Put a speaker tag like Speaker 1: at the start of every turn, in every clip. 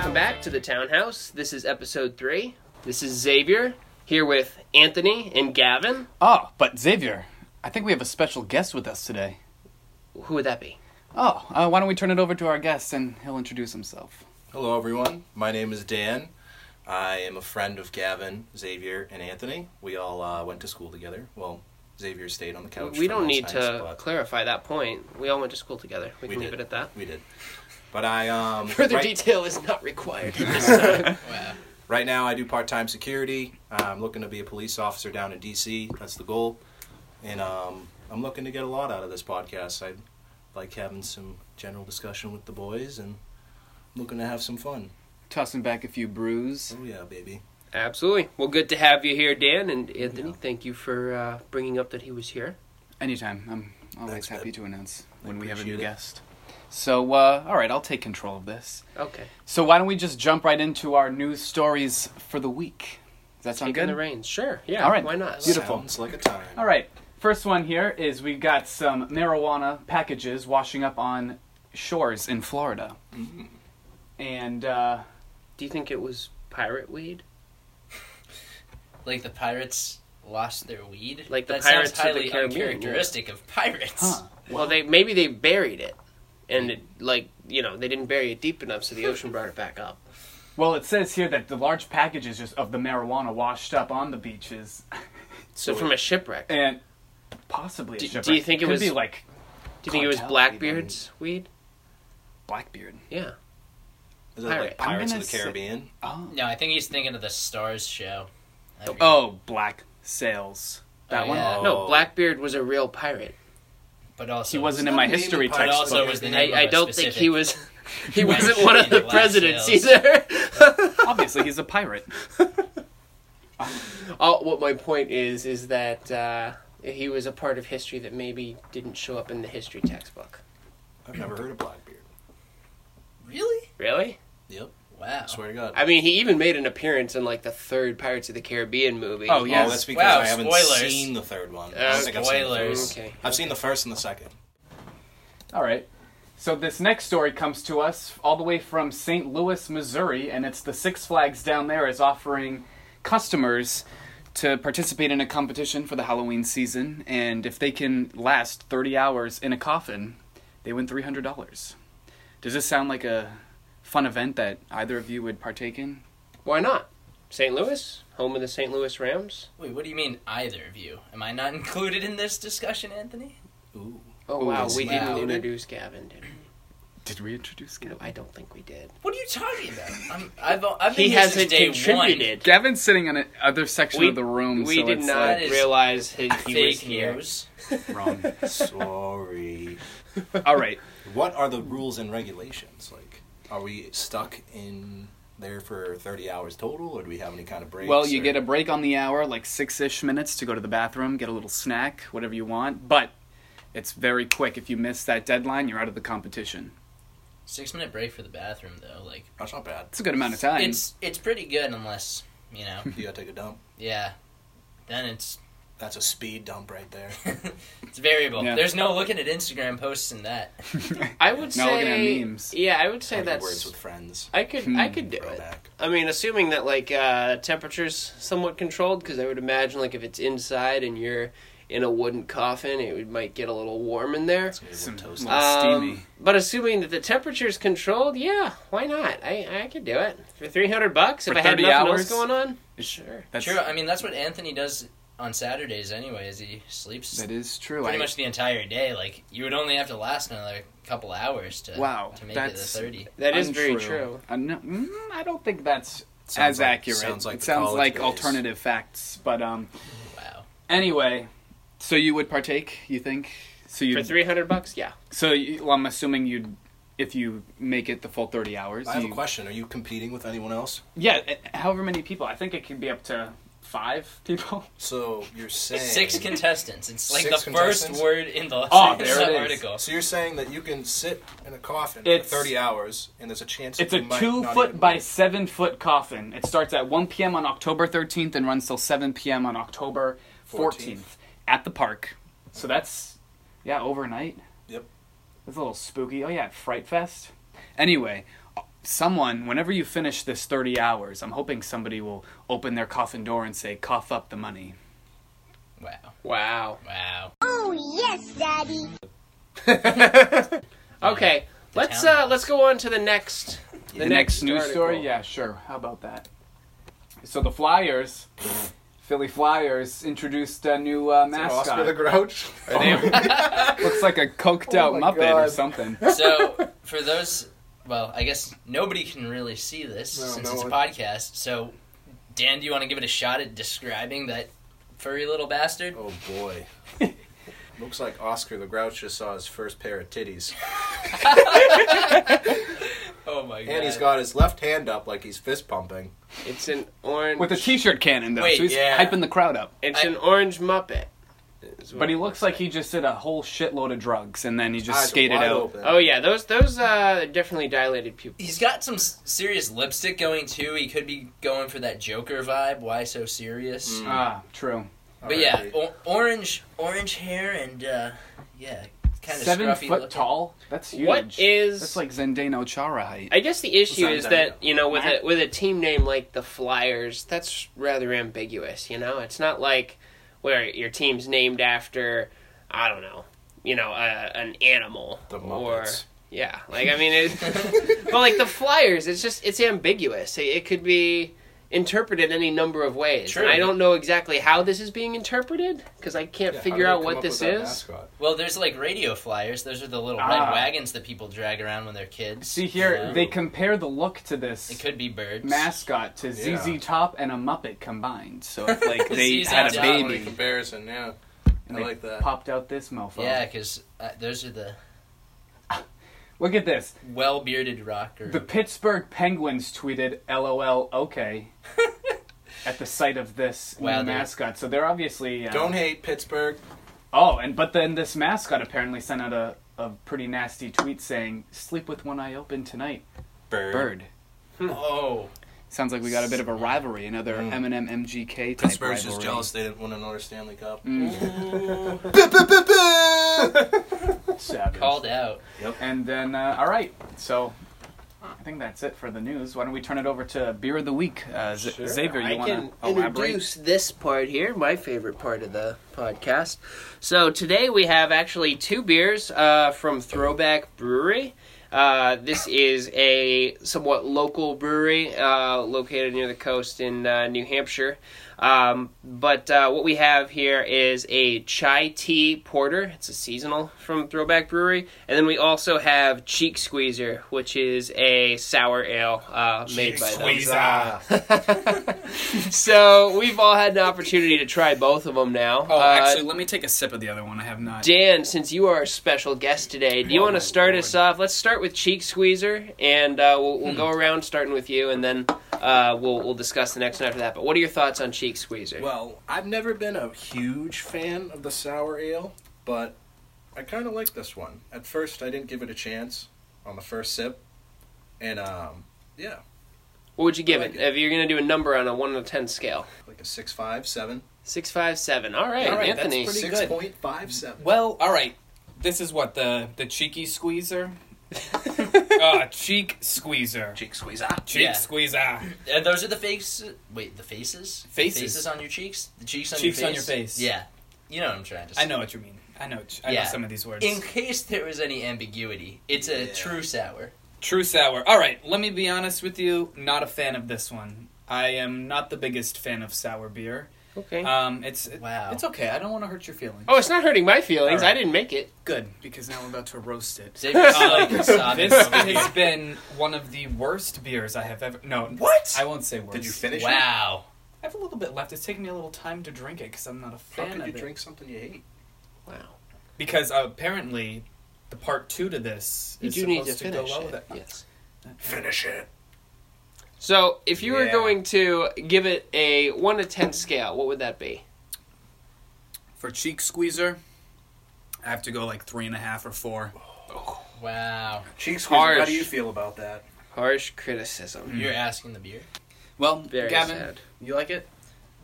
Speaker 1: um,
Speaker 2: back to the townhouse. This is episode three. This is Xavier here with Anthony and Gavin.
Speaker 3: Oh, but Xavier, I think we have a special guest with us today.
Speaker 2: Who would that be?
Speaker 3: Oh, uh, why don't we turn it over to our guest and he'll introduce himself.
Speaker 4: Hello, everyone. My name is Dan. I am a friend of Gavin, Xavier, and Anthony. We all uh, went to school together. Well, Xavier stayed on the couch.
Speaker 2: we
Speaker 4: for
Speaker 2: don't
Speaker 4: most
Speaker 2: need
Speaker 4: nights,
Speaker 2: to
Speaker 4: but
Speaker 2: clarify that point. We all went to school together. We,
Speaker 4: We
Speaker 2: can
Speaker 4: did.
Speaker 2: leave it at that.
Speaker 4: We did. But I um
Speaker 2: Further
Speaker 4: right,
Speaker 2: detail is not required at this time.
Speaker 4: right now I do part-time security. I'm looking to be a police officer down in D.C. That's the goal, and um, I'm looking to get a lot out of this podcast. I like having some general discussion with the boys and looking to have some fun.
Speaker 3: Tossing back a few brews.
Speaker 4: Oh yeah, baby.
Speaker 2: Absolutely. Well, good to have you here, Dan and Anthony.
Speaker 4: Yeah.
Speaker 2: Thank you for uh, bringing up that he was here.
Speaker 3: Anytime. I'm always
Speaker 4: Thanks,
Speaker 3: happy
Speaker 4: babe.
Speaker 3: to announce
Speaker 4: I
Speaker 3: when we have a new
Speaker 4: appreciate it.
Speaker 3: guest. So, uh, all right, I'll take control of this.
Speaker 2: Okay.
Speaker 3: So, why don't we just jump right into our news stories for the week? Does that sound
Speaker 2: Taking
Speaker 3: good?
Speaker 2: the reins. Sure. Yeah.
Speaker 3: All right.
Speaker 2: Why not?
Speaker 3: Beautiful.
Speaker 4: Sounds like a time.
Speaker 3: All right. First one here is we got some marijuana packages washing up on shores in Florida.
Speaker 4: Mm-hmm.
Speaker 3: And uh,
Speaker 2: Do you think it was pirate weed?
Speaker 1: like the pirates lost their weed.
Speaker 2: Like the
Speaker 1: that
Speaker 2: pirates of
Speaker 1: sounds highly
Speaker 2: the Caribbean,
Speaker 1: uncharacteristic of pirates.
Speaker 3: huh.
Speaker 2: Well, they maybe they buried it, and it, like you know they didn't bury it deep enough, so the ocean brought it back up.
Speaker 3: Well, it says here that the large packages just of the marijuana washed up on the beaches,
Speaker 2: So from a shipwreck, do
Speaker 3: and possibly a
Speaker 2: Do- do
Speaker 3: shipwreck.
Speaker 2: you think it
Speaker 3: Could
Speaker 2: was-
Speaker 3: be like
Speaker 2: you think it was
Speaker 3: cartel
Speaker 2: Blackbeard's weed?
Speaker 3: Blackbeard?
Speaker 2: Yeah.
Speaker 4: Is that
Speaker 2: Pirate.
Speaker 4: like Pirates
Speaker 3: I'm
Speaker 4: of the
Speaker 3: gonna say-
Speaker 4: Caribbean?
Speaker 3: Oh,
Speaker 1: No, I think he's thinking of the Stars show. I forget.
Speaker 3: oh, black sails. That
Speaker 1: Oh,
Speaker 3: one.
Speaker 1: yeah.
Speaker 2: No, Blackbeard was a real pirate.
Speaker 1: but also
Speaker 3: He wasn't in my history
Speaker 1: But
Speaker 3: textbook.
Speaker 1: also was the name
Speaker 2: I, I
Speaker 1: of a
Speaker 2: don't think
Speaker 1: specific-
Speaker 2: he was. He
Speaker 1: Black
Speaker 2: wasn't one of
Speaker 1: Sheep,
Speaker 2: the
Speaker 1: Black
Speaker 2: presidents
Speaker 1: Sails.
Speaker 2: either.
Speaker 3: Obviously, he's a pirate.
Speaker 2: Oh, what my point is is that uh, he was a part of history that maybe didn't show up in the history textbook.
Speaker 4: I've never heard of Blackbeard.
Speaker 1: Really?
Speaker 2: Really?
Speaker 4: Yep.
Speaker 1: Wow.
Speaker 4: I swear to God.
Speaker 2: I mean, he even made an appearance in like the third Pirates of the Caribbean movie.
Speaker 3: Oh,
Speaker 4: Oh,
Speaker 3: yes.
Speaker 4: that's because
Speaker 1: Wow,
Speaker 4: I haven't
Speaker 1: spoilers.
Speaker 4: seen the third one. I
Speaker 2: Uh,
Speaker 4: don't think I've seen the third
Speaker 1: spoilers.
Speaker 4: one.
Speaker 2: Okay.
Speaker 4: I've seen the first and the second.
Speaker 3: All right. So this next story comes to us all the way from St. Louis, Missouri, and it's the Six Flags down there is offering customers to participate in a competition for the Halloween season, and if they can last 30 hours in a coffin, they win $300. Does this sound like a fun event that either of you would partake in?
Speaker 2: Why not? St. Louis, home of the St. Louis Rams.
Speaker 1: Wait, what do you mean either of you? Am I not included in this discussion, Anthony?
Speaker 4: Ooh.
Speaker 2: Oh
Speaker 3: Ooh,
Speaker 2: wow,
Speaker 3: it's
Speaker 2: we didn't
Speaker 1: loud.
Speaker 2: introduce Gavin, did we?
Speaker 3: Did we introduce
Speaker 2: No,
Speaker 3: Gavin?
Speaker 2: I don't think we did.
Speaker 1: What are you talking about? I'm, I've I've been
Speaker 2: He
Speaker 1: here since
Speaker 2: hasn't
Speaker 1: day one.
Speaker 2: contributed.
Speaker 3: Gavin's sitting on the other section
Speaker 2: We-
Speaker 3: of the room,
Speaker 2: we
Speaker 3: so
Speaker 2: did
Speaker 3: it's
Speaker 2: not
Speaker 1: That is
Speaker 2: realize he, he was
Speaker 1: Fake
Speaker 2: here.
Speaker 1: news.
Speaker 3: like, wrong.
Speaker 4: Sorry.
Speaker 3: All right.
Speaker 4: what are the rules and regulations? Like, are we stuck in there for 30 hours total, or do we have any kind of breaks?
Speaker 3: Well, you
Speaker 4: or-
Speaker 3: get a break on the hour, like six ish minutes to go to the bathroom, get a little snack, whatever you want. But it's very quick. If you miss that deadline, you're out of the competition.
Speaker 1: Six minute break for the bathroom though. Like
Speaker 4: That's not bad.
Speaker 3: It's a good amount of time.
Speaker 1: it's it's pretty good unless you know.
Speaker 4: You gotta take a dump.
Speaker 1: Yeah. Then it's
Speaker 4: That's a speed dump right there.
Speaker 1: It's variable.
Speaker 3: Yeah.
Speaker 1: There's no looking at Instagram posts and that.
Speaker 2: I would
Speaker 3: Now looking at
Speaker 2: say,
Speaker 3: memes.
Speaker 2: yeah, I would say
Speaker 4: Like
Speaker 2: that's.
Speaker 4: words with friends.
Speaker 2: I could, I could do it.
Speaker 4: Throwback.
Speaker 2: I mean, assuming that like uh, temperature's somewhat controlled, because I would imagine like if it's inside and you're in a wooden coffin, it would, might get a little warm in there.
Speaker 4: It's gonna be a
Speaker 3: Some
Speaker 4: little toasty.
Speaker 3: little steamy.
Speaker 2: Um, but assuming that the temperature's controlled, yeah, why not? I I could do it for three hundred bucks if
Speaker 3: For
Speaker 2: I had
Speaker 3: 30
Speaker 2: nothing else
Speaker 3: hours?
Speaker 2: going on.
Speaker 3: Is-
Speaker 2: Sure.
Speaker 3: That's,
Speaker 1: True. I mean, that's what Anthony does on Saturdays anyway. Is he sleeps
Speaker 3: That is true.
Speaker 1: pretty
Speaker 3: I-
Speaker 1: much the entire day. Like you would only have to last another couple hours to
Speaker 3: Wow,
Speaker 1: to make
Speaker 3: that's-
Speaker 1: it to thirty.
Speaker 2: That is very
Speaker 3: untrue.
Speaker 2: true.
Speaker 3: I, no, mm, I don't think that's as
Speaker 4: Sounds like-
Speaker 3: accurate.
Speaker 4: Sounds like
Speaker 3: it
Speaker 4: the
Speaker 3: sounds
Speaker 4: college
Speaker 3: like
Speaker 4: days.
Speaker 3: alternative facts. But um,
Speaker 1: Wow.
Speaker 3: anyway, so you would partake, you think? So you
Speaker 2: For three hundred bucks, yeah.
Speaker 3: So you, well, I'm assuming you'd. If you make it the full 30 hours,
Speaker 4: I have a
Speaker 3: you-
Speaker 4: question. Are you competing with anyone else?
Speaker 3: Yeah, it- however many people. I think it could be up to five people.
Speaker 4: So you're saying
Speaker 1: Six contestants. It's like
Speaker 4: Six
Speaker 1: the first
Speaker 4: contestants?
Speaker 1: word in the
Speaker 3: Oh, there it is.
Speaker 1: article.
Speaker 4: So you're saying that you can sit in a coffin
Speaker 3: It's-
Speaker 4: for 30 hours, and there's a chance
Speaker 3: It's
Speaker 4: that
Speaker 3: a
Speaker 4: you might
Speaker 3: two
Speaker 4: not
Speaker 3: foot
Speaker 4: even
Speaker 3: by
Speaker 4: live?
Speaker 3: seven foot coffin. It starts at 1 p.m. on October 13th and runs till 7 p.m. on October 14th,
Speaker 4: 14th.
Speaker 3: at the park. So that's, yeah, overnight.
Speaker 4: Yep.
Speaker 3: It's a little spooky. Oh, yeah, at Fright Fest. Anyway,
Speaker 5: someone, whenever you finish this 30 hours, I'm hoping somebody will open their coffin door and say, cough up the money.
Speaker 1: Wow.
Speaker 2: Wow.
Speaker 1: Wow.
Speaker 6: Oh, yes, Daddy.
Speaker 2: Okay. Let's
Speaker 1: town.
Speaker 2: uh let's go on to the next
Speaker 5: The, next, news story?
Speaker 2: article.
Speaker 5: Yeah, sure. How about that? So the Flyers, Philly Flyers, introduced a new uh,
Speaker 7: Oscar the
Speaker 5: mascot.
Speaker 7: Grouch.
Speaker 5: Looks like a coked out
Speaker 7: my
Speaker 5: Muppet or
Speaker 7: God.
Speaker 5: something.
Speaker 1: So, for those, well, I guess nobody can really see this
Speaker 7: No,
Speaker 1: since
Speaker 7: no
Speaker 1: it's a
Speaker 7: one.
Speaker 1: podcast. So, Dan, do you want to give it a shot at describing that furry little bastard?
Speaker 4: Oh boy. Looks like Oscar the Grouch just saw his first pair of titties.
Speaker 1: Oh my god.
Speaker 4: And he's got his left hand up like he's fist pumping.
Speaker 2: It's an orange
Speaker 5: With a t shirt cannon, though.
Speaker 1: Wait,
Speaker 5: so he's
Speaker 1: yeah.
Speaker 5: hyping the crowd up.
Speaker 2: It's
Speaker 1: I-
Speaker 2: an orange Muppet. is what
Speaker 5: But he
Speaker 2: it
Speaker 5: looks like he just did a whole shitload of drugs and then he just
Speaker 4: Eyes
Speaker 5: skated
Speaker 4: wide
Speaker 5: out.
Speaker 4: open.
Speaker 2: Oh yeah, those those uh definitely dilated pupils.
Speaker 1: He's got some s- serious lipstick going too. He could be going for that Joker vibe. Why so serious?
Speaker 3: Mm.
Speaker 5: Ah, true.
Speaker 1: But yeah, o- orange, orange hair and uh, yeah, kind of
Speaker 5: Seven
Speaker 1: scruffy
Speaker 5: foot
Speaker 1: looking.
Speaker 5: tall? That's huge.
Speaker 2: What is
Speaker 5: That's like Zendano Chara height.
Speaker 2: I guess the issue
Speaker 4: Sounds
Speaker 2: is that
Speaker 4: like-
Speaker 2: you know with a with a team name like the Flyers, that's rather ambiguous. You know, it's not like where your team's named after I don't know, you know, uh, an animal
Speaker 4: The
Speaker 2: or
Speaker 4: Muppets.
Speaker 2: yeah. Like I mean, it, but like the Flyers, it's just it's ambiguous. It, it could be interpreted any number of ways. And
Speaker 1: True.
Speaker 2: I don't know exactly how this is being interpreted because I can't
Speaker 4: Yeah, how
Speaker 2: figure
Speaker 4: do they
Speaker 2: out
Speaker 4: come
Speaker 2: what
Speaker 4: up
Speaker 2: this
Speaker 4: with that
Speaker 2: is.
Speaker 4: mascot?
Speaker 1: Well, there's like radio flyers. Those are the little
Speaker 5: Ah.
Speaker 1: red wagons that people drag around when they're kids.
Speaker 5: See here,
Speaker 1: Yeah.
Speaker 5: they compare the look to this.
Speaker 1: it could be birds.
Speaker 5: mascot to
Speaker 4: Yeah.
Speaker 5: ZZ Top and a Muppet combined. So if like they
Speaker 1: ZZ
Speaker 5: had a
Speaker 1: Top.
Speaker 4: Funny
Speaker 5: baby
Speaker 4: comparison, yeah.
Speaker 5: and
Speaker 4: I
Speaker 5: they
Speaker 4: like that.
Speaker 5: popped out this mofo.
Speaker 1: Yeah, because uh, those are the
Speaker 5: Look at this.
Speaker 1: well bearded rocker.
Speaker 5: The Pittsburgh Penguins tweeted LOL okay at the sight of this
Speaker 1: Wow,
Speaker 5: new
Speaker 1: they're-
Speaker 5: mascot. So they're obviously uh,
Speaker 4: Don't hate Pittsburgh.
Speaker 5: Oh, and but then this mascot apparently sent out a, a pretty nasty tweet saying, Sleep with one eye open tonight.
Speaker 4: Bird.
Speaker 5: Bird.
Speaker 1: oh,
Speaker 5: Sounds like we got a bit of a rivalry, another
Speaker 4: Mm.
Speaker 5: Eminem MGK type rivalry.
Speaker 4: Pittsburgh's just jealous they didn't win another Stanley Cup.
Speaker 5: Savage.
Speaker 1: called out.
Speaker 5: And then, uh, all right. So, I think that's it for the news. Why don't we turn it over to beer of the week? Uh, Z-
Speaker 4: Sure.
Speaker 5: Xavier,
Speaker 2: I
Speaker 5: you
Speaker 2: can
Speaker 5: want to elaborate?
Speaker 2: introduce this part here, my favorite part of the podcast. So today we have actually two beers uh, from Throwback Brewery. Uh, this is a somewhat local brewery uh, located near the coast in uh, New Hampshire. Um, but uh, what we have here is a chai tea porter. It's a seasonal from Throwback Brewery, and then we also have Cheek Squeezer, which is a sour ale uh, made by them. So we've all had an opportunity to try both of them now.
Speaker 5: Oh,
Speaker 2: Uh,
Speaker 5: actually, let me take a sip of the other one. I have not.
Speaker 2: Dan, since you are our special guest today, do you
Speaker 5: Oh,
Speaker 2: want
Speaker 5: my
Speaker 2: to start
Speaker 5: Lord.
Speaker 2: us off? Let's start with Cheek Squeezer, and uh, we'll,
Speaker 3: Hmm.
Speaker 2: we'll go around starting with you, and then uh, we'll we'll discuss the next one after that. But what are your thoughts on Cheek Squeezer?
Speaker 4: Well, I've never been a huge fan of the sour ale, but I kind of like this one. At first, I didn't give it a chance on the first sip, and um, yeah,
Speaker 2: what would you give
Speaker 4: like
Speaker 2: it?
Speaker 4: it.
Speaker 2: If you're going to do a number on a one to ten scale,
Speaker 4: like a six five seven.
Speaker 2: six, five, seven. All right,
Speaker 3: All right, that's
Speaker 2: Anthony.
Speaker 3: pretty-
Speaker 4: Six
Speaker 3: good.
Speaker 4: point five seven.
Speaker 3: Well, all right. This is what the the cheeky squeezer. uh, cheek squeezer.
Speaker 4: Cheek squeeze ah.
Speaker 3: Cheek
Speaker 1: Yeah.
Speaker 3: squeezer.
Speaker 1: And Uh, those are the fakes. Wait, the faces.
Speaker 3: Faces.
Speaker 1: Faces on your cheeks. The cheeks on
Speaker 3: Cheeks
Speaker 1: your
Speaker 3: on
Speaker 1: face.
Speaker 3: your face.
Speaker 1: Yeah, you know what I'm trying to say.
Speaker 3: I know what you mean. I know. I
Speaker 1: Yeah.
Speaker 3: know some of these words.
Speaker 1: In case there was any ambiguity, it's a
Speaker 4: Yeah.
Speaker 1: true sour.
Speaker 3: True sour. All right. Let me be honest with you. Not a fan of this one. I am not the biggest fan of sour beer.
Speaker 2: Okay.
Speaker 3: Um, it's
Speaker 1: Wow.
Speaker 3: It's okay. I don't want to hurt your feelings.
Speaker 2: oh, it's not hurting my feelings.
Speaker 3: All right.
Speaker 2: I didn't make it.
Speaker 3: good because now I'm about to roast it.
Speaker 1: Xavier's
Speaker 4: Uh,
Speaker 3: Um,
Speaker 1: like sobbing.
Speaker 3: this
Speaker 1: over
Speaker 3: has
Speaker 1: here.
Speaker 3: been one of the worst beers I have ever. No,
Speaker 4: What?
Speaker 3: I won't say worst.
Speaker 4: Did you finish it?
Speaker 1: Wow.
Speaker 3: I have a little bit left. It's taking me a little time to drink it because I'm not a
Speaker 4: How
Speaker 3: fan
Speaker 4: could
Speaker 3: of
Speaker 4: you
Speaker 3: it.
Speaker 4: drink something you hate?
Speaker 2: Wow.
Speaker 3: Because uh, apparently, the part two to this
Speaker 2: You
Speaker 3: is
Speaker 2: do need
Speaker 3: supposed
Speaker 2: to
Speaker 3: go
Speaker 2: finish
Speaker 3: well
Speaker 2: it.
Speaker 3: with it.
Speaker 2: Yes.
Speaker 4: Finish it.
Speaker 2: So, if you were
Speaker 3: Yeah.
Speaker 2: going to give it a one to ten scale, what would that be?
Speaker 3: For cheek squeezer, I have to go like three and a half or four.
Speaker 1: Wow.
Speaker 4: Cheek squeeze.
Speaker 2: Harsh.
Speaker 4: How do you feel about that?
Speaker 2: Harsh criticism.
Speaker 1: You're asking the beer.
Speaker 3: Well,
Speaker 2: Very
Speaker 3: Gavin,
Speaker 2: sad.
Speaker 3: you like it?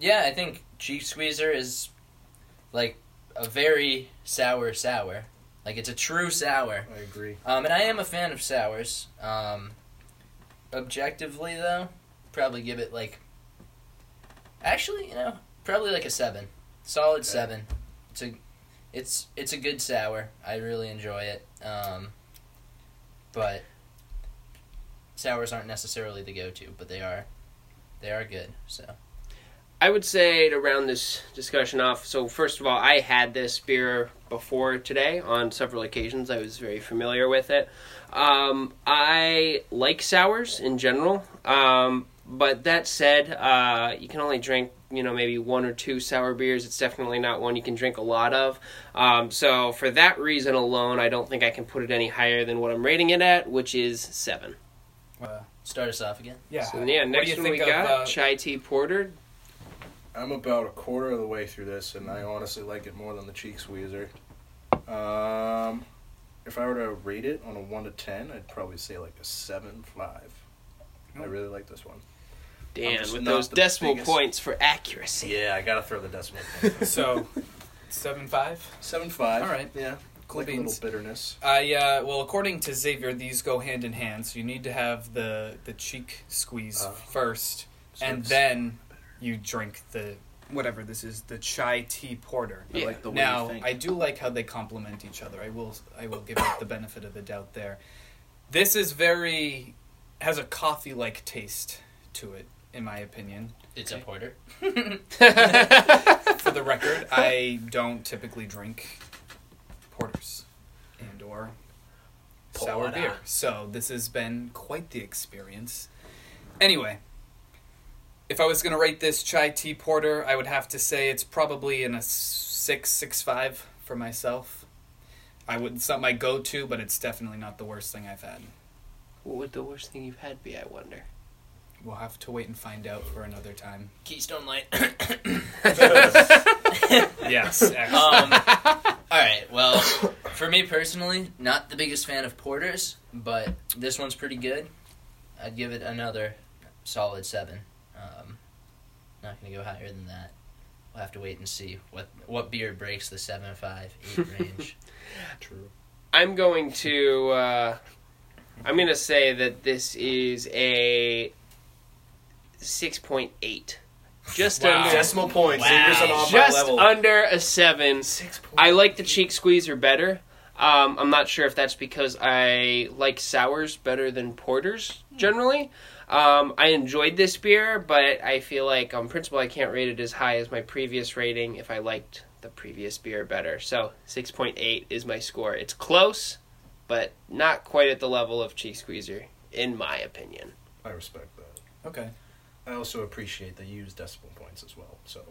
Speaker 1: Yeah, I think cheek squeezer is like a very sour sour. Like it's a true sour.
Speaker 4: I agree.
Speaker 1: Um, and I am a fan of sours. Um, objectively though, probably give it like. Actually, you know, probably like a seven, solid seven. It's a, it's it's a good sour. I really enjoy it. Um, but sours aren't necessarily the go-to, but they are, they are good. So
Speaker 2: I would say to round this discussion off. So first of all, I had this beer before today on several occasions. I was very familiar with it. Um, I like sours in general, um, but that said, uh, you can only drink you know maybe one or two sour beers. It's definitely not one you can drink a lot of. Um, so for that reason alone, I don't think I can put it any higher than what I'm rating it at, which is seven.
Speaker 1: start us off again.
Speaker 3: Uh, Yeah.
Speaker 2: So yeah,
Speaker 3: What do
Speaker 2: next
Speaker 3: you
Speaker 2: one we
Speaker 3: think of,
Speaker 2: got
Speaker 3: uh,
Speaker 2: chai tea porter.
Speaker 4: I'm about a quarter of the way through this, and I honestly like it more than the cheek squeezer. Um, if I were to rate it on a one to ten, I'd probably say like a seven five. I really like this one. I'm
Speaker 2: Dan,
Speaker 4: just
Speaker 2: with
Speaker 4: not
Speaker 2: those
Speaker 4: the
Speaker 2: decimal
Speaker 4: biggest-
Speaker 2: points for accuracy.
Speaker 4: Yeah, I gotta throw the decimal.
Speaker 3: so, seven five.
Speaker 4: seven five.
Speaker 3: All right.
Speaker 4: Yeah.
Speaker 3: Cool
Speaker 4: like a
Speaker 3: beans.
Speaker 4: little bitterness.
Speaker 3: I uh, well, according to Xavier, these go hand in hand. So you need to have the the cheek squeeze
Speaker 4: Oh.
Speaker 3: first,
Speaker 4: So
Speaker 3: and
Speaker 4: it's-
Speaker 3: then you drink the whatever this is, the chai tea porter.
Speaker 2: Yeah.
Speaker 4: I like the way you
Speaker 3: Now
Speaker 4: think.
Speaker 3: I do like how they complement each other. I will I will give it the benefit of the doubt there. This is very has a coffee like taste to it, in my opinion.
Speaker 1: It's a porter.
Speaker 3: For the record, I don't typically drink porters and or sour
Speaker 1: Porter.
Speaker 3: beer. So this has been quite the experience. Anyway, if I was going to rate this chai tea porter, I would have to say it's probably in a 6 6 5 for myself. I would it's not my go-to, but it's definitely not the worst thing I've had.
Speaker 2: What would the worst thing you've had be, I wonder?
Speaker 3: We'll have to wait and find out for another time.
Speaker 1: Keystone Light.
Speaker 3: Yes, excellent.
Speaker 1: um, all right. Well, for me personally, not the biggest fan of porters, but this one's pretty good. I'd give it another solid seven. Um, not gonna go higher than that. We'll have to wait and see what what beer breaks the seven five eight range.
Speaker 4: True.
Speaker 2: I'm going to. Uh, I'm going to say that this is a 6.8. Just
Speaker 3: Wow.
Speaker 2: under.
Speaker 3: Just-
Speaker 4: Decimal points.
Speaker 1: Wow.
Speaker 4: Xavier's on all my
Speaker 2: just
Speaker 4: level.
Speaker 2: under a 7. I like the cheek squeezer better. Um, I'm not sure if that's because I like sours better than porters generally. Um, I enjoyed this beer, but I feel like on principle I can't rate it as high as my previous rating if I liked the previous beer better. So 6.8 is my score. It's close, but not quite at the level of cheek squeezer in my opinion.
Speaker 4: I respect that.
Speaker 3: Okay.
Speaker 4: I also appreciate they use decimal points as well. So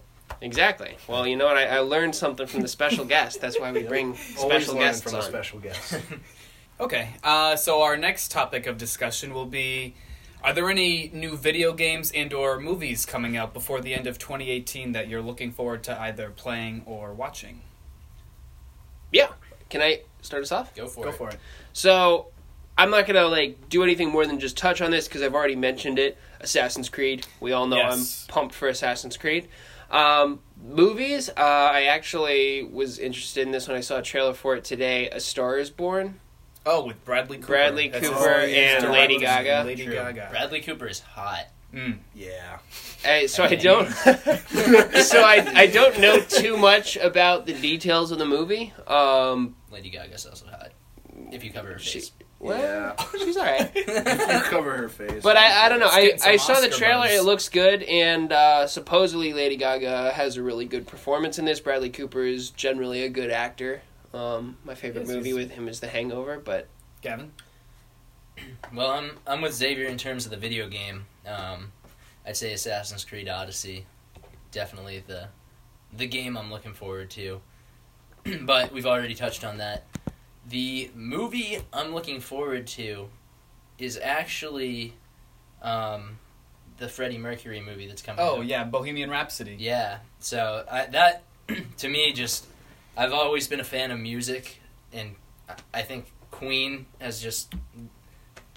Speaker 2: Exactly. Well, you know what? I, I learned something from the special guest. That's why we bring
Speaker 4: always
Speaker 2: special
Speaker 4: learn
Speaker 2: guests
Speaker 4: from a
Speaker 2: on.
Speaker 4: special guest.
Speaker 3: Okay, uh, so our next topic of discussion will be: Are there any new video games and/or movies coming out before the end of 2018 that you're looking forward to either playing or watching?
Speaker 2: yeah. Can I start us off?
Speaker 1: Go for
Speaker 3: Go
Speaker 1: it.
Speaker 3: for it.
Speaker 2: So I'm not gonna like do anything more than just touch on this because I've already mentioned it. Assassin's Creed. We all know
Speaker 3: Yes.
Speaker 2: I'm pumped for Assassin's Creed. Um, movies. Uh, I actually was interested in this when I saw a trailer for it today. A Star Is Born.
Speaker 3: Oh, with Bradley Cooper.
Speaker 2: Bradley Cooper and
Speaker 3: directed
Speaker 2: Lady
Speaker 3: by
Speaker 2: Gaga.
Speaker 3: Lady
Speaker 4: True.
Speaker 3: Gaga.
Speaker 1: Bradley Cooper is hot.
Speaker 3: Mm.
Speaker 4: yeah.
Speaker 2: Uh, so I don't. so I I don't know too much about the details of the movie. Um,
Speaker 1: Lady Gaga's also hot. If you cover her
Speaker 2: She-
Speaker 1: face,
Speaker 2: well,
Speaker 4: Yeah.
Speaker 2: she's all right.
Speaker 4: You cover her face.
Speaker 2: But I, I don't know.
Speaker 3: It's
Speaker 2: I,
Speaker 3: getting some
Speaker 2: I saw the
Speaker 3: Oscar
Speaker 2: trailer.
Speaker 3: buzz.
Speaker 2: It looks good, and uh, supposedly Lady Gaga has a really good performance in this. Bradley Cooper is generally a good actor. Um, my favorite
Speaker 3: Yes,
Speaker 2: movie
Speaker 3: yes.
Speaker 2: with him is The Hangover, but
Speaker 3: Gavin.
Speaker 1: Well, I'm I'm with Xavier in terms of the video game. Um, I'd say Assassin's Creed Odyssey, definitely the the game I'm looking forward to. but we've already touched on that. The movie I'm looking forward to is actually um, the Freddie Mercury movie that's coming.
Speaker 3: Oh
Speaker 1: out.
Speaker 3: yeah, Bohemian Rhapsody.
Speaker 1: Yeah. So I, that to me just I've always been a fan of music and I- I think Queen has just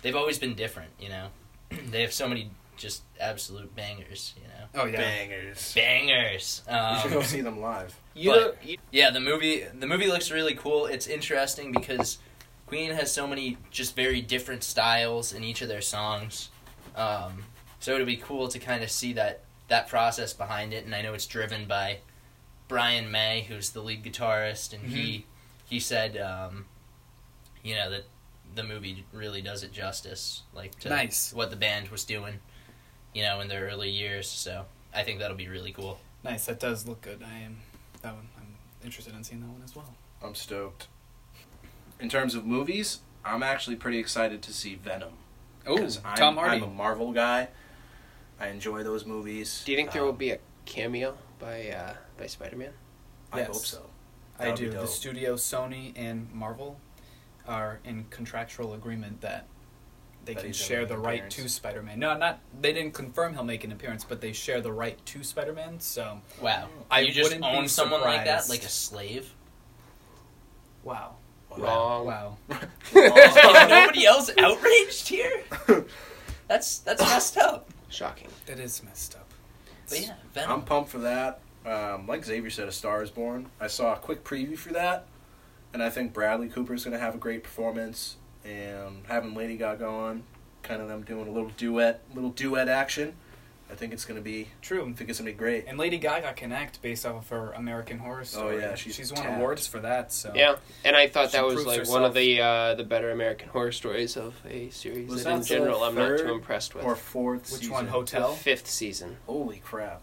Speaker 1: they've always been different, you know. they have so many just absolute bangers, you know.
Speaker 3: Oh yeah.
Speaker 4: bangers.
Speaker 1: Bangers.
Speaker 4: You should go
Speaker 1: Um,
Speaker 4: see them live.
Speaker 2: you,
Speaker 1: But-
Speaker 2: know, you-
Speaker 1: yeah, the movie the movie looks really cool. It's interesting because Queen has so many just very different styles in each of their songs. Um, so it'll be cool to kind of see that that process behind it, and I know it's driven by Brian May, who's the lead guitarist, and he he said, um, you know, that the movie really does it justice, like to
Speaker 3: Nice.
Speaker 1: what the band was doing, you know, in their early years. So I think that'll be really cool.
Speaker 3: Nice. That does look good. I am that one. I'm interested in seeing that one as well.
Speaker 4: I'm stoked. In terms of movies, I'm actually pretty excited to see Venom.
Speaker 3: Oh,
Speaker 4: 'Cause I'm,
Speaker 3: Tom Hardy.
Speaker 4: I'm a Marvel guy. I enjoy those movies.
Speaker 2: Do you think there
Speaker 4: Um,
Speaker 2: will be a cameo by uh, by Spider Man?
Speaker 4: Uh, I
Speaker 3: Yes.
Speaker 4: hope so.
Speaker 3: I
Speaker 4: That would be
Speaker 3: do. The
Speaker 4: dope.
Speaker 3: studio Sony and Marvel are in contractual agreement that they
Speaker 4: That
Speaker 3: can
Speaker 4: he's gonna
Speaker 3: share
Speaker 4: make
Speaker 3: the
Speaker 4: an
Speaker 3: right
Speaker 4: appearance.
Speaker 3: to Spider-Man. No, not they didn't confirm he'll make an appearance, but they share the right to Spider-Man. So
Speaker 1: Wow,
Speaker 3: I
Speaker 1: you just
Speaker 3: wouldn't be
Speaker 1: own someone like that,
Speaker 3: surprised.
Speaker 1: like a slave.
Speaker 3: wow,
Speaker 2: Wrong.
Speaker 3: wow.
Speaker 1: Is nobody else outraged here? That's that's messed up.
Speaker 2: Shocking.
Speaker 3: That is messed up.
Speaker 1: But yeah,
Speaker 4: I'm
Speaker 1: Venom.
Speaker 4: pumped for that. Um, like Xavier said, A Star is Born. I saw a quick preview for that, and I think Bradley Cooper's going to have a great performance. And having Lady Gaga on, kind of them doing a little duet, little duet action. I think it's going to be. I
Speaker 3: True.
Speaker 4: think it's going to be great.
Speaker 3: And Lady Gaga can act based off of her American Horror Story.
Speaker 4: Oh, yeah, she's
Speaker 3: won
Speaker 4: tapped.
Speaker 3: awards for that. So
Speaker 2: Yeah, and I thought
Speaker 3: She
Speaker 2: that was
Speaker 3: proves
Speaker 2: like one
Speaker 3: herself.
Speaker 2: of the uh, the better American horror stories of a series
Speaker 4: Was
Speaker 2: that, in
Speaker 4: that the
Speaker 2: general I'm not
Speaker 4: third
Speaker 2: too impressed with.
Speaker 4: Or fourth.
Speaker 3: Which
Speaker 4: season.
Speaker 3: one?
Speaker 2: The
Speaker 3: Hotel.
Speaker 2: fifth season.
Speaker 4: Holy crap!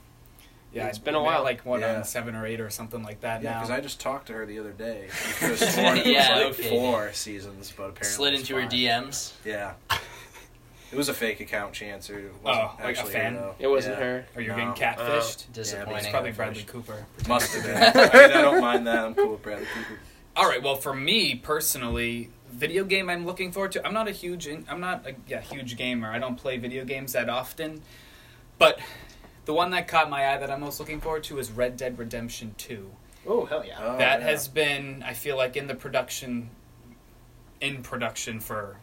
Speaker 3: Yeah,
Speaker 2: It's been a
Speaker 3: they're
Speaker 2: while.
Speaker 3: Like one
Speaker 4: Yeah.
Speaker 3: on seven or eight or something like
Speaker 4: Yeah,
Speaker 3: that.
Speaker 4: because
Speaker 3: now.
Speaker 4: I just talked to her the other day. She could have sworn it was
Speaker 1: Yeah,
Speaker 4: like
Speaker 1: okay.
Speaker 4: four seasons, but apparently
Speaker 1: Slid
Speaker 4: it's
Speaker 1: into her
Speaker 4: five.
Speaker 1: DMs.
Speaker 4: Yeah. It was a fake account, chance, or it wasn't
Speaker 3: Oh, like a
Speaker 4: actually her,
Speaker 3: fan?
Speaker 4: though.
Speaker 2: It wasn't
Speaker 4: Yeah.
Speaker 2: her.
Speaker 3: or you're
Speaker 4: No.
Speaker 3: getting
Speaker 2: Uh,
Speaker 3: catfished.
Speaker 4: Yeah,
Speaker 3: it's
Speaker 1: Disappointing.
Speaker 3: probably Bradley Cooper.
Speaker 4: Must have been. I, mean, I don't mind that. I'm cool with Bradley Cooper.
Speaker 3: All right. Well, for me personally, video game I'm looking forward to. I'm not a huge. In, I'm not a yeah, huge gamer. I don't play video games that often, but the one that caught my eye that I'm most looking forward to is Red Dead Redemption Two.
Speaker 2: Oh hell yeah!
Speaker 4: Oh,
Speaker 3: that
Speaker 4: yeah.
Speaker 3: has been, I feel like, in the production, in production for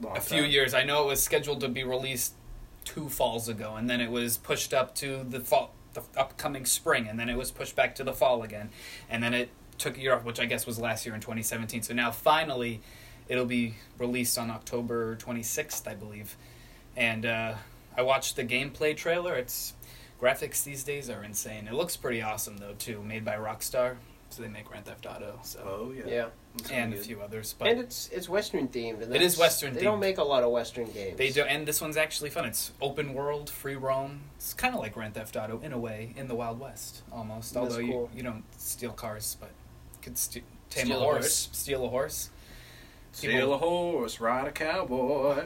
Speaker 4: Long
Speaker 3: a few
Speaker 4: time.
Speaker 3: years. I know it was scheduled to be released two falls ago, and then it was pushed up to the fall, the upcoming spring, and then it was pushed back to the fall again, and then it took a year off, which I guess was last year in 2017. So now finally, it'll be released on October 26th, I believe. And uh, I watched the gameplay trailer. It's graphics these days are insane. It looks pretty awesome though too. Made by Rockstar, so they make Grand Theft Auto, so
Speaker 4: Oh, yeah.
Speaker 2: Yeah,
Speaker 4: That's
Speaker 3: and a
Speaker 4: good.
Speaker 3: few others. But
Speaker 2: and it's it's Western themed. And
Speaker 3: It is
Speaker 2: that's-
Speaker 3: Western
Speaker 2: They
Speaker 3: themed.
Speaker 2: don't make a lot of Western games.
Speaker 3: They do, and this one's actually fun. It's open world, free roam. It's kind of like Grand Theft Auto in a way, in the Wild West almost.
Speaker 2: That's
Speaker 3: Although
Speaker 2: cool.
Speaker 3: you you don't steal cars, but you could st- tame
Speaker 1: Steal
Speaker 3: a
Speaker 1: a
Speaker 3: horse,
Speaker 1: horse.
Speaker 3: steal a horse.
Speaker 4: Steal a horse, ride a cowboy.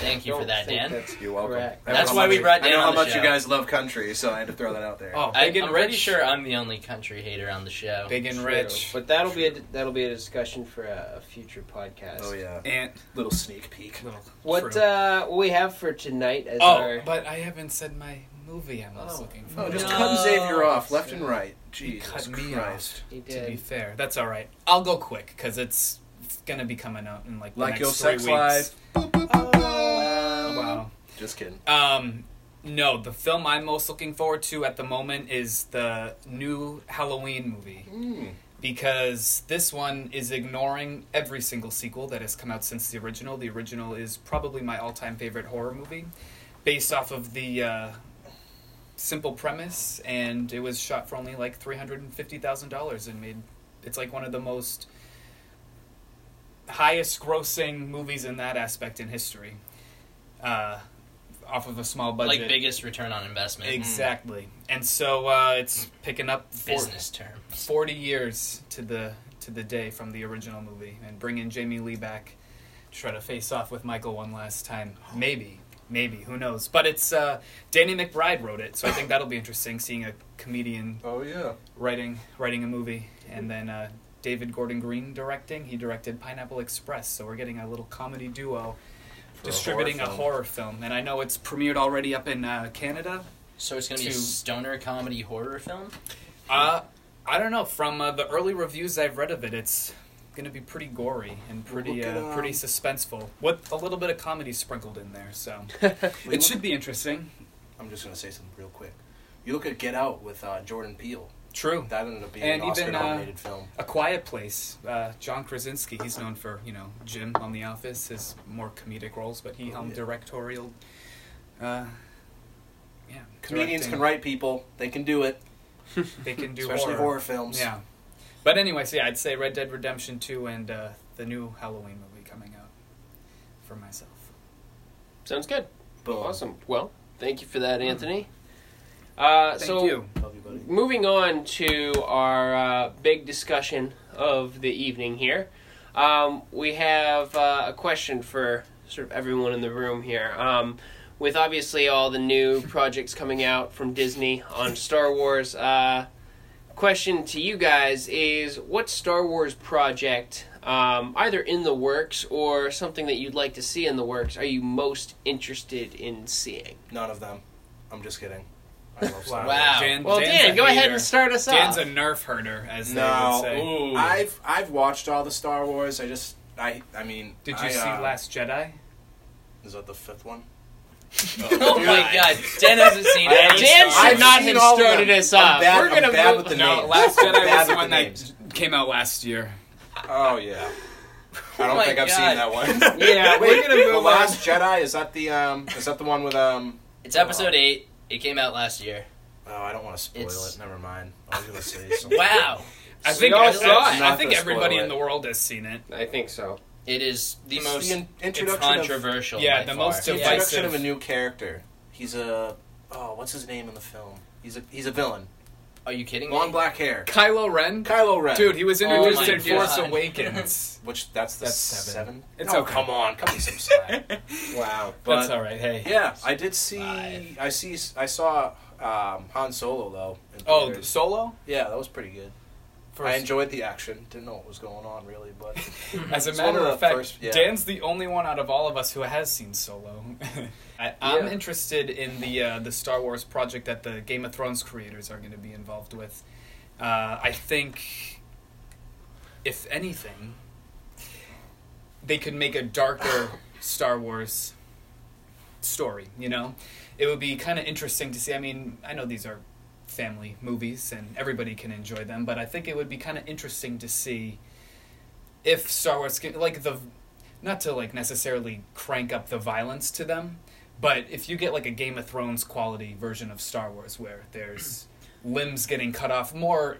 Speaker 1: Thank you for
Speaker 2: Don't
Speaker 1: that,
Speaker 2: think
Speaker 1: Dan.
Speaker 2: that's-
Speaker 4: You're
Speaker 2: welcome. Correct.
Speaker 1: That's why we brought Dan
Speaker 4: I know
Speaker 1: on
Speaker 4: how
Speaker 1: the
Speaker 4: much
Speaker 1: show.
Speaker 4: you guys love country, so I had to throw that out there.
Speaker 3: Oh,
Speaker 1: I,
Speaker 3: big and
Speaker 1: I'm pretty
Speaker 3: rich.
Speaker 1: sure I'm the only country hater on the show.
Speaker 3: Big and rich.
Speaker 2: But that'll be a, that'll be a discussion for a, a future podcast.
Speaker 4: Oh, yeah.
Speaker 3: and
Speaker 4: Little sneak peek.
Speaker 3: little.
Speaker 2: What
Speaker 3: True.
Speaker 2: uh, what we have for tonight as
Speaker 3: oh,
Speaker 2: our
Speaker 3: but I haven't said my movie I'm most
Speaker 2: Oh.
Speaker 3: looking for.
Speaker 4: Oh, just
Speaker 1: No.
Speaker 4: cut Xavier off left and right.
Speaker 3: You
Speaker 4: Jesus
Speaker 3: cut me
Speaker 4: Christ.
Speaker 2: he
Speaker 3: off. To be
Speaker 2: did.
Speaker 3: fair, that's all right. I'll go quick because it's, it's gonna be coming out in like the next
Speaker 4: Like your
Speaker 3: three
Speaker 4: sex
Speaker 3: weeks. Oh,
Speaker 4: life. Boop, boop, boop, boop.
Speaker 3: Wow.
Speaker 4: Just kidding.
Speaker 3: Um, no, the film I'm most looking forward to at the moment is the new Halloween movie because this one is ignoring every single sequel that has come out since the original. The original is probably my all-time favorite horror movie, based off of the uh, simple premise, and it was shot for only like three hundred and fifty thousand dollars and made. It's like one of the most highest-grossing movies in that aspect in history. Uh, off of a small budget,
Speaker 1: Like biggest return on investment. Hmm.
Speaker 3: exactly, and so uh, it's picking up for-
Speaker 1: Business term.
Speaker 3: 40 years to the to the day from the original movie and bringing Jamie Lee back to try to face off with Michael one last time. Maybe, maybe, who knows. But it's uh, Danny McBride wrote it, so I think that'll be interesting seeing a comedian
Speaker 4: Oh, yeah.
Speaker 3: writing writing a movie and then uh, David Gordon Green directing. He directed Pineapple Express, so we're getting a little comedy duo
Speaker 4: For a
Speaker 3: distributing a
Speaker 4: horror film.
Speaker 3: horror film. And I know it's premiered already up in uh, Canada.
Speaker 1: So it's gonna be a
Speaker 3: To-
Speaker 1: stoner comedy horror film.
Speaker 3: Uh, I don't know. From uh, the early reviews I've read of it, it's going to be pretty gory and pretty
Speaker 4: Look at,
Speaker 3: uh,
Speaker 4: um,
Speaker 3: pretty suspenseful, with a little bit of comedy sprinkled in there. So
Speaker 4: We
Speaker 3: it should be interesting.
Speaker 4: I'm just gonna say something real quick. You look at Get Out with uh, Jordan Peele.
Speaker 3: True.
Speaker 4: That ended up being
Speaker 3: And
Speaker 4: an
Speaker 3: even, uh,
Speaker 4: Oscar nominated film.
Speaker 3: A Quiet Place. Uh, John Krasinski, he's known for, you know, Jim on The Office, his more comedic roles, but he helmed
Speaker 4: Oh, Yeah.
Speaker 3: directorial. Uh, yeah.
Speaker 4: Comedians
Speaker 3: directing.
Speaker 4: can write people. They can do it.
Speaker 3: They can do
Speaker 4: especially horror, films.
Speaker 3: Yeah. But, anyways, yeah, I'd say Red Dead Redemption 2 and uh, the new Halloween movie coming out for myself.
Speaker 2: Sounds good.
Speaker 4: Boom.
Speaker 2: Awesome. Well, thank you for that,
Speaker 3: Mm.
Speaker 2: Anthony. Uh,
Speaker 3: Thank
Speaker 2: so
Speaker 3: you.
Speaker 4: Love you, buddy.
Speaker 2: moving on to our uh, big discussion of the evening here, um, we have uh, a question for sort of everyone in the room here. Um, with obviously all the new projects coming out from Disney on Star Wars, uh, question to you guys is what Star Wars project, um, either in the works or something that you'd like to see in the works, are you most interested in seeing?
Speaker 4: None of them. I'm just kidding. I love
Speaker 1: Wow.
Speaker 4: Star Wars.
Speaker 3: Dan-
Speaker 2: Well,
Speaker 3: Dan's
Speaker 2: Dan,
Speaker 3: a
Speaker 2: go ahead
Speaker 3: hater.
Speaker 2: and start us
Speaker 3: Dan's
Speaker 2: off.
Speaker 3: a nerf herder, as they would say.
Speaker 4: No, I've I've watched all the Star Wars. I just I I mean.
Speaker 3: Did you
Speaker 4: I,
Speaker 3: see
Speaker 4: uh,
Speaker 3: Last Jedi?
Speaker 4: Is that the fifth one?
Speaker 1: Oh my god, Dan hasn't seen
Speaker 2: Dan
Speaker 1: any
Speaker 2: should
Speaker 1: Star Wars.
Speaker 4: I've
Speaker 2: not
Speaker 4: seen
Speaker 2: have
Speaker 4: all of
Speaker 2: started
Speaker 4: them.
Speaker 2: us
Speaker 4: I'm
Speaker 2: off.
Speaker 4: bad-
Speaker 2: We're
Speaker 4: I'm
Speaker 2: gonna
Speaker 4: bad
Speaker 2: move.
Speaker 4: with the
Speaker 3: No,
Speaker 4: names.
Speaker 3: Last
Speaker 4: I'm
Speaker 3: Jedi
Speaker 4: bad
Speaker 3: was the
Speaker 4: with
Speaker 3: one
Speaker 4: names.
Speaker 3: that came out last year.
Speaker 4: Oh yeah. I
Speaker 1: Oh
Speaker 4: don't
Speaker 1: my
Speaker 4: think I've
Speaker 1: God.
Speaker 4: seen that one.
Speaker 2: Yeah,
Speaker 4: Wait,
Speaker 2: we're gonna
Speaker 4: the
Speaker 2: move on.
Speaker 4: Last Jedi is that the um is that the one with um
Speaker 1: It's episode eight. It came out last year.
Speaker 4: oh I don't want to spoil
Speaker 1: It's-
Speaker 4: it. Never mind. I was gonna say something.
Speaker 1: Wow.
Speaker 3: I
Speaker 2: So
Speaker 3: think
Speaker 2: y'all
Speaker 3: I,
Speaker 2: saw
Speaker 3: I
Speaker 4: it. Not
Speaker 3: think
Speaker 4: to
Speaker 3: everybody
Speaker 4: spoil
Speaker 3: in the
Speaker 4: it.
Speaker 3: world has seen it.
Speaker 2: I think so.
Speaker 1: It is the
Speaker 4: It's
Speaker 1: most
Speaker 4: the in-
Speaker 1: it's
Speaker 4: introduction of
Speaker 1: controversial.
Speaker 3: Yeah,
Speaker 1: by
Speaker 3: the
Speaker 1: far.
Speaker 3: most
Speaker 1: Yeah.
Speaker 3: divisive-
Speaker 4: introduction of a new character. He's a oh, what's his name in the film? He's a he's a villain.
Speaker 1: Are you kidding me?
Speaker 4: Long black hair.
Speaker 3: Kylo Ren?
Speaker 4: Kylo Ren.
Speaker 3: Dude, he
Speaker 2: Oh
Speaker 3: was introduced
Speaker 1: my
Speaker 3: in Force
Speaker 1: God.
Speaker 3: Awakens.
Speaker 4: which that's the
Speaker 3: That's seven.
Speaker 4: seven.
Speaker 3: It's
Speaker 4: oh
Speaker 3: okay.
Speaker 4: come on, come me some slack. wow, but
Speaker 3: That's all right. Hey.
Speaker 4: yeah, I did see.
Speaker 1: Five.
Speaker 4: I see. I saw um, Han Solo though. in
Speaker 3: Oh,
Speaker 4: theaters.
Speaker 3: Solo?
Speaker 4: yeah, that was pretty good. I
Speaker 3: First-
Speaker 4: enjoyed the action. Didn't know what was going on really, but
Speaker 3: As a
Speaker 4: It's one
Speaker 3: matter
Speaker 4: of
Speaker 3: of,
Speaker 4: the
Speaker 3: fact,
Speaker 4: first- yeah.
Speaker 3: Dan's the only one out of all of us who has seen Solo. I, I'm
Speaker 2: Yeah.
Speaker 3: interested in the uh, the Star Wars project that the Game of Thrones creators are going to be involved with. Uh, I think, if anything, they could make a darker Star Wars story. You know, it would be kind of interesting to see. I mean, I know these are family movies and everybody can enjoy them, but I think it would be kind of interesting to see if Star Wars can, like the not to like necessarily crank up the violence to them, but if you get like a Game of Thrones quality version of Star Wars where there's limbs getting cut off more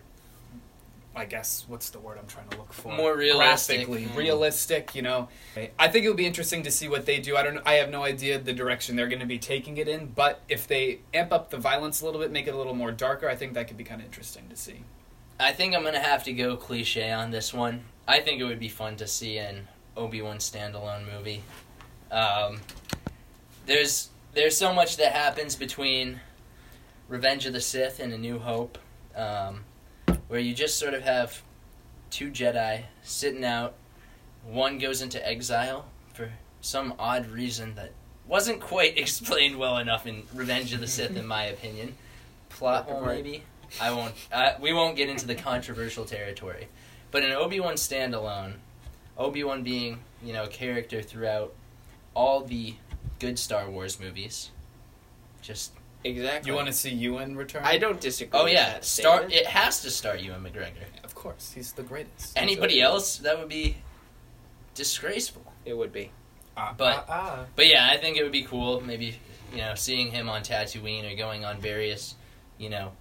Speaker 3: I guess what's the word I'm trying to look for?
Speaker 1: More realistic.
Speaker 3: Graphically,
Speaker 1: Mm.
Speaker 3: realistic, you know. I think it would be interesting to see what they do. I don't I have no idea the direction they're going to be taking it in, but if they amp up the violence a little bit, make it a little more darker, I think that could be kind of interesting to see.
Speaker 1: I think I'm gonna have to go cliche on this one. I think it would be fun to see an Obi Wan standalone movie. Um, there's there's so much that happens between Revenge of the Sith and A New Hope, um, where you just sort of have two Jedi sitting out. One goes into exile for some odd reason that wasn't quite explained well enough in Revenge of the Sith, in my opinion. Plot hole, maybe. I won't. I, we won't get into the controversial territory. But in Obi Wan standalone, Obi Wan being you know a character throughout all the good Star Wars movies, just
Speaker 2: Exactly.
Speaker 3: You want to see Ewan return?
Speaker 2: I don't disagree.
Speaker 1: oh
Speaker 2: with
Speaker 1: yeah,
Speaker 2: that
Speaker 1: start.
Speaker 2: statement.
Speaker 1: It has to start Ewan McGregor.
Speaker 3: Of course, he's the greatest.
Speaker 1: Anybody else that would be disgraceful.
Speaker 2: It would be.
Speaker 1: But- But yeah, I think it would be cool. Maybe you know, seeing him on Tatooine or going on various, you know,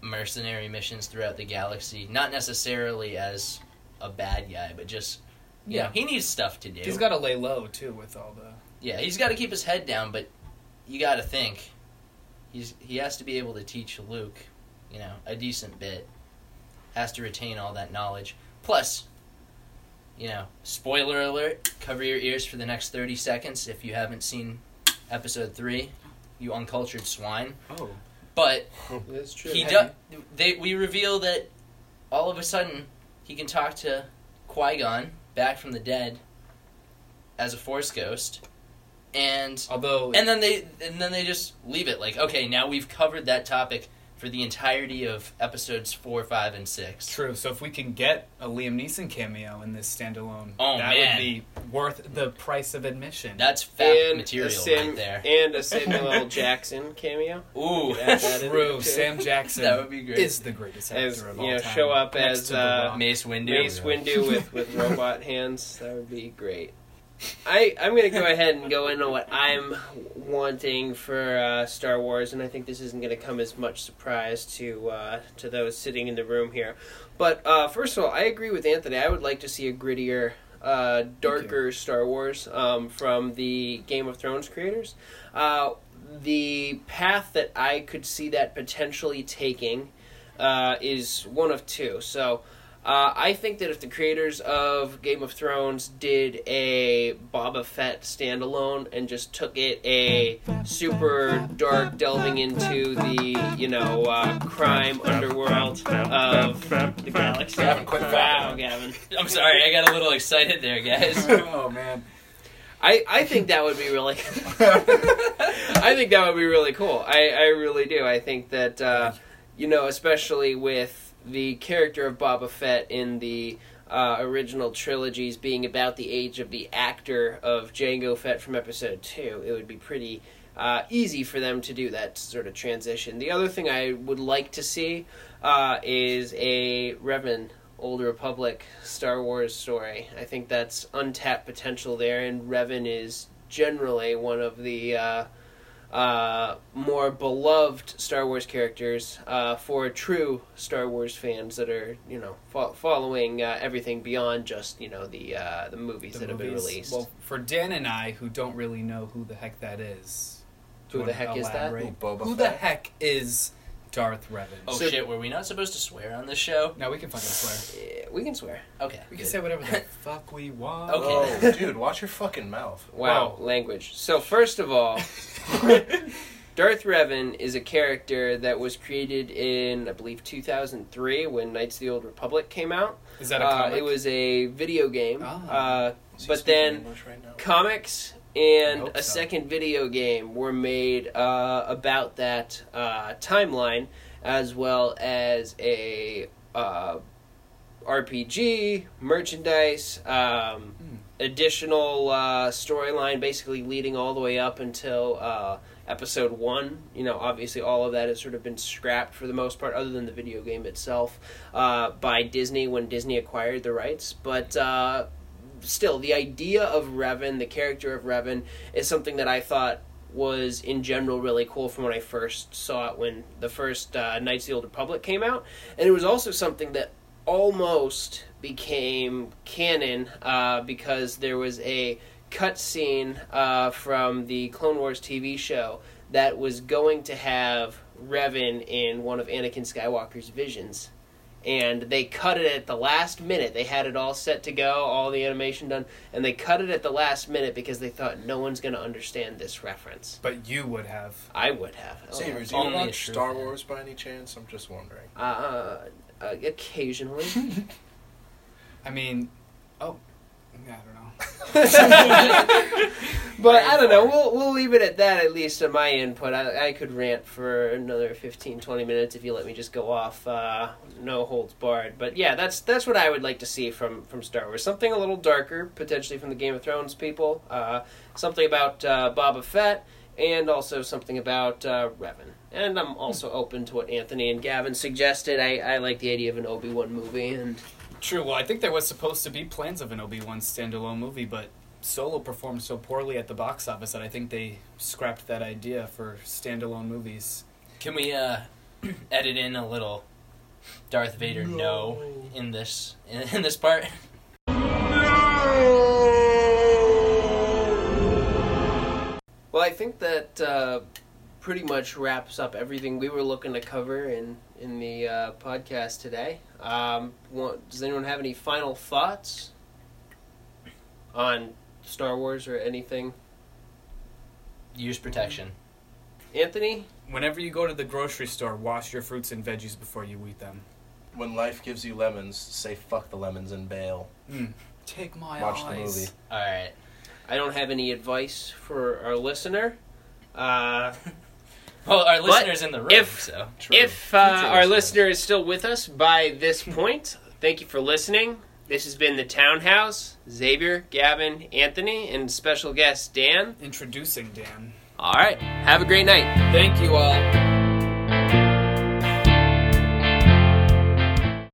Speaker 1: mercenary missions throughout the galaxy. Not necessarily as a bad guy, but just you
Speaker 3: Yeah.
Speaker 1: know, he needs stuff to do.
Speaker 3: he's got to lay low too with all the.
Speaker 1: yeah, he's got to keep his head down, but you got to think. He's he has to be able to teach Luke, you know, a decent bit. Has to retain all that knowledge. Plus, you know, spoiler alert, cover your ears for the next 30 seconds if you haven't seen episode 3, you uncultured swine.
Speaker 3: Oh,
Speaker 1: But
Speaker 2: That's true.
Speaker 1: he
Speaker 3: Hey.
Speaker 1: does they we reveal that all of a sudden he can talk to Qui-Gon back from the dead as a force ghost and
Speaker 3: although
Speaker 1: and then they and then they just leave it like, okay, now we've covered that topic for the entirety of episodes four, five, and six.
Speaker 3: True. So if we can get a Liam Neeson cameo in this standalone,
Speaker 1: Oh,
Speaker 3: that
Speaker 1: man.
Speaker 3: would be worth the price of admission.
Speaker 1: That's fat
Speaker 2: And
Speaker 1: material
Speaker 2: a Sam,
Speaker 1: right there.
Speaker 2: And a Samuel L. Jackson cameo.
Speaker 1: Ooh,
Speaker 2: Add that in
Speaker 3: True.
Speaker 2: too.
Speaker 3: Sam Jackson
Speaker 1: That would be great.
Speaker 3: is the greatest actor
Speaker 2: As,
Speaker 3: of
Speaker 2: you
Speaker 3: all
Speaker 2: know,
Speaker 3: time.
Speaker 2: show up
Speaker 3: next
Speaker 2: as,
Speaker 3: to The
Speaker 2: uh,
Speaker 3: Rock.
Speaker 1: Mace Windu.
Speaker 2: Mace Windu with, with robot hands. That would be great. I, I'm going to go ahead and go into what I'm wanting for uh, Star Wars, and I think this isn't going to come as much surprise to uh, to those sitting in the room here. But uh, first of all, I agree with Anthony. I would like to see a grittier, uh, darker Star Wars um, from the Game of Thrones creators. Uh, the path that I could see that potentially taking uh, is one of two. So uh, I think that if the creators of Game of Thrones did a Boba Fett standalone and just took it a super dark delving into the you know uh, crime underworld of the galaxy.
Speaker 1: Gavin, quit
Speaker 2: wow, Gavin.
Speaker 1: I'm sorry, I got a little excited there, guys.
Speaker 3: oh man.
Speaker 2: I, I think that would be really. I think that would be really cool. I, I really do. I think that uh, you know, especially with the character of Boba Fett in the uh, original trilogies being about the age of the actor of Django Fett from Episode Two, it would be pretty uh, easy for them to do that sort of transition. The other thing I would like to see uh, is a Revan Old Republic Star Wars story. I think that's untapped potential there, and Revan is generally one of the uh, uh, more beloved Star Wars characters uh, for true Star Wars fans that are you know fo- following uh, everything beyond just you know the uh, the movies
Speaker 3: The
Speaker 2: that have been
Speaker 3: movies-
Speaker 2: released.
Speaker 3: Well, for Dan and I, who don't really know who the heck that is. do
Speaker 2: Who
Speaker 3: you
Speaker 2: the
Speaker 3: wanna
Speaker 2: heck is that?
Speaker 3: elaborate?
Speaker 7: Ooh, Boba
Speaker 3: Who the
Speaker 7: Fett.
Speaker 3: heck is Darth Revan?
Speaker 1: Oh
Speaker 2: So-
Speaker 1: shit, were we not supposed to swear on this show?
Speaker 3: Now we can fucking swear.
Speaker 2: Eh, we can swear.
Speaker 1: Okay.
Speaker 3: We can
Speaker 1: good.
Speaker 3: say whatever the fuck we want.
Speaker 1: Okay.
Speaker 4: Whoa, dude, watch your fucking mouth.
Speaker 2: Wow,
Speaker 3: Wow.
Speaker 2: language. So first of all, Darth Revan is a character that was created in I believe 2003 when Knights of the Old Republic came out.
Speaker 3: Is that a
Speaker 2: Uh,
Speaker 3: comic?
Speaker 2: It was a video game,
Speaker 3: Ah.
Speaker 2: uh, but then comics
Speaker 3: I
Speaker 2: and
Speaker 3: hope
Speaker 2: a
Speaker 3: so.
Speaker 2: second video game were made uh, about that uh, timeline, as well as a uh, RPG merchandise. Um,
Speaker 3: Hmm.
Speaker 2: Additional uh, storyline, basically leading all the way up until uh, episode one. You know, obviously, all of that has sort of been scrapped for the most part, other than the video game itself, uh, by Disney when Disney acquired the rights. But uh, still, the idea of Revan, the character of Revan, is something that I thought was in general really cool from when I first saw it when the first uh, Knights of the Old Republic came out. And it was also something that almost became canon uh, because there was a cutscene uh, from the Clone Wars TV show that was going to have Revan in one of Anakin Skywalker's visions and they cut it at the last minute. They had it all set to go, all the animation done, and they cut it at the last minute because they thought no one's going to understand this reference.
Speaker 3: But you would have.
Speaker 2: I would have. Oh,
Speaker 4: Xavier, do you
Speaker 1: Only a
Speaker 4: watch
Speaker 1: true
Speaker 4: Star
Speaker 1: fan.
Speaker 4: Wars by any chance? I'm just wondering.
Speaker 2: Uh, uh, occasionally.
Speaker 3: I mean, oh, I don't know.
Speaker 2: But I don't know. We'll we'll leave it at that at least on my input. I I could rant for another 15 20 minutes if you let me just go off uh no holds barred. But yeah, that's that's what I would like to see from from Star Wars. Something a little darker potentially from the Game of Thrones people. Uh something about uh Boba Fett and also something about uh Revan. And I'm also open to what Anthony and Gavin suggested. I I like the idea of an Obi-Wan movie and
Speaker 3: True. Well, I think there was supposed to be plans of an Obi Wan standalone movie, but Solo performed so poorly at the box office that I think they scrapped that idea for standalone movies.
Speaker 1: Can we uh, edit in a little Darth Vader no, in this in, in this part?
Speaker 2: Well, I think that uh, pretty much wraps up everything we were looking to cover in in the uh, podcast today. Um, want, does anyone have any final thoughts on Star Wars or anything?
Speaker 1: Use protection.
Speaker 2: Anthony,
Speaker 3: Whenever you go to the grocery store, wash your fruits and veggies before you eat them.
Speaker 4: When life gives you lemons, say fuck the lemons and bail.
Speaker 3: Take my
Speaker 4: Watch the
Speaker 3: eyes.
Speaker 4: movie.
Speaker 1: All right.
Speaker 2: I don't have any advice for our listener. Uh,
Speaker 1: Well, our
Speaker 2: But
Speaker 1: listeners in the room.
Speaker 2: if-
Speaker 1: so
Speaker 2: If uh, our listener is still with us by this point, thank you for listening. This has been the Townhouse. Xavier, Gavin, Anthony, and special guest Dan.
Speaker 3: Introducing Dan.
Speaker 2: All right. Have a great night.
Speaker 3: Thank you all.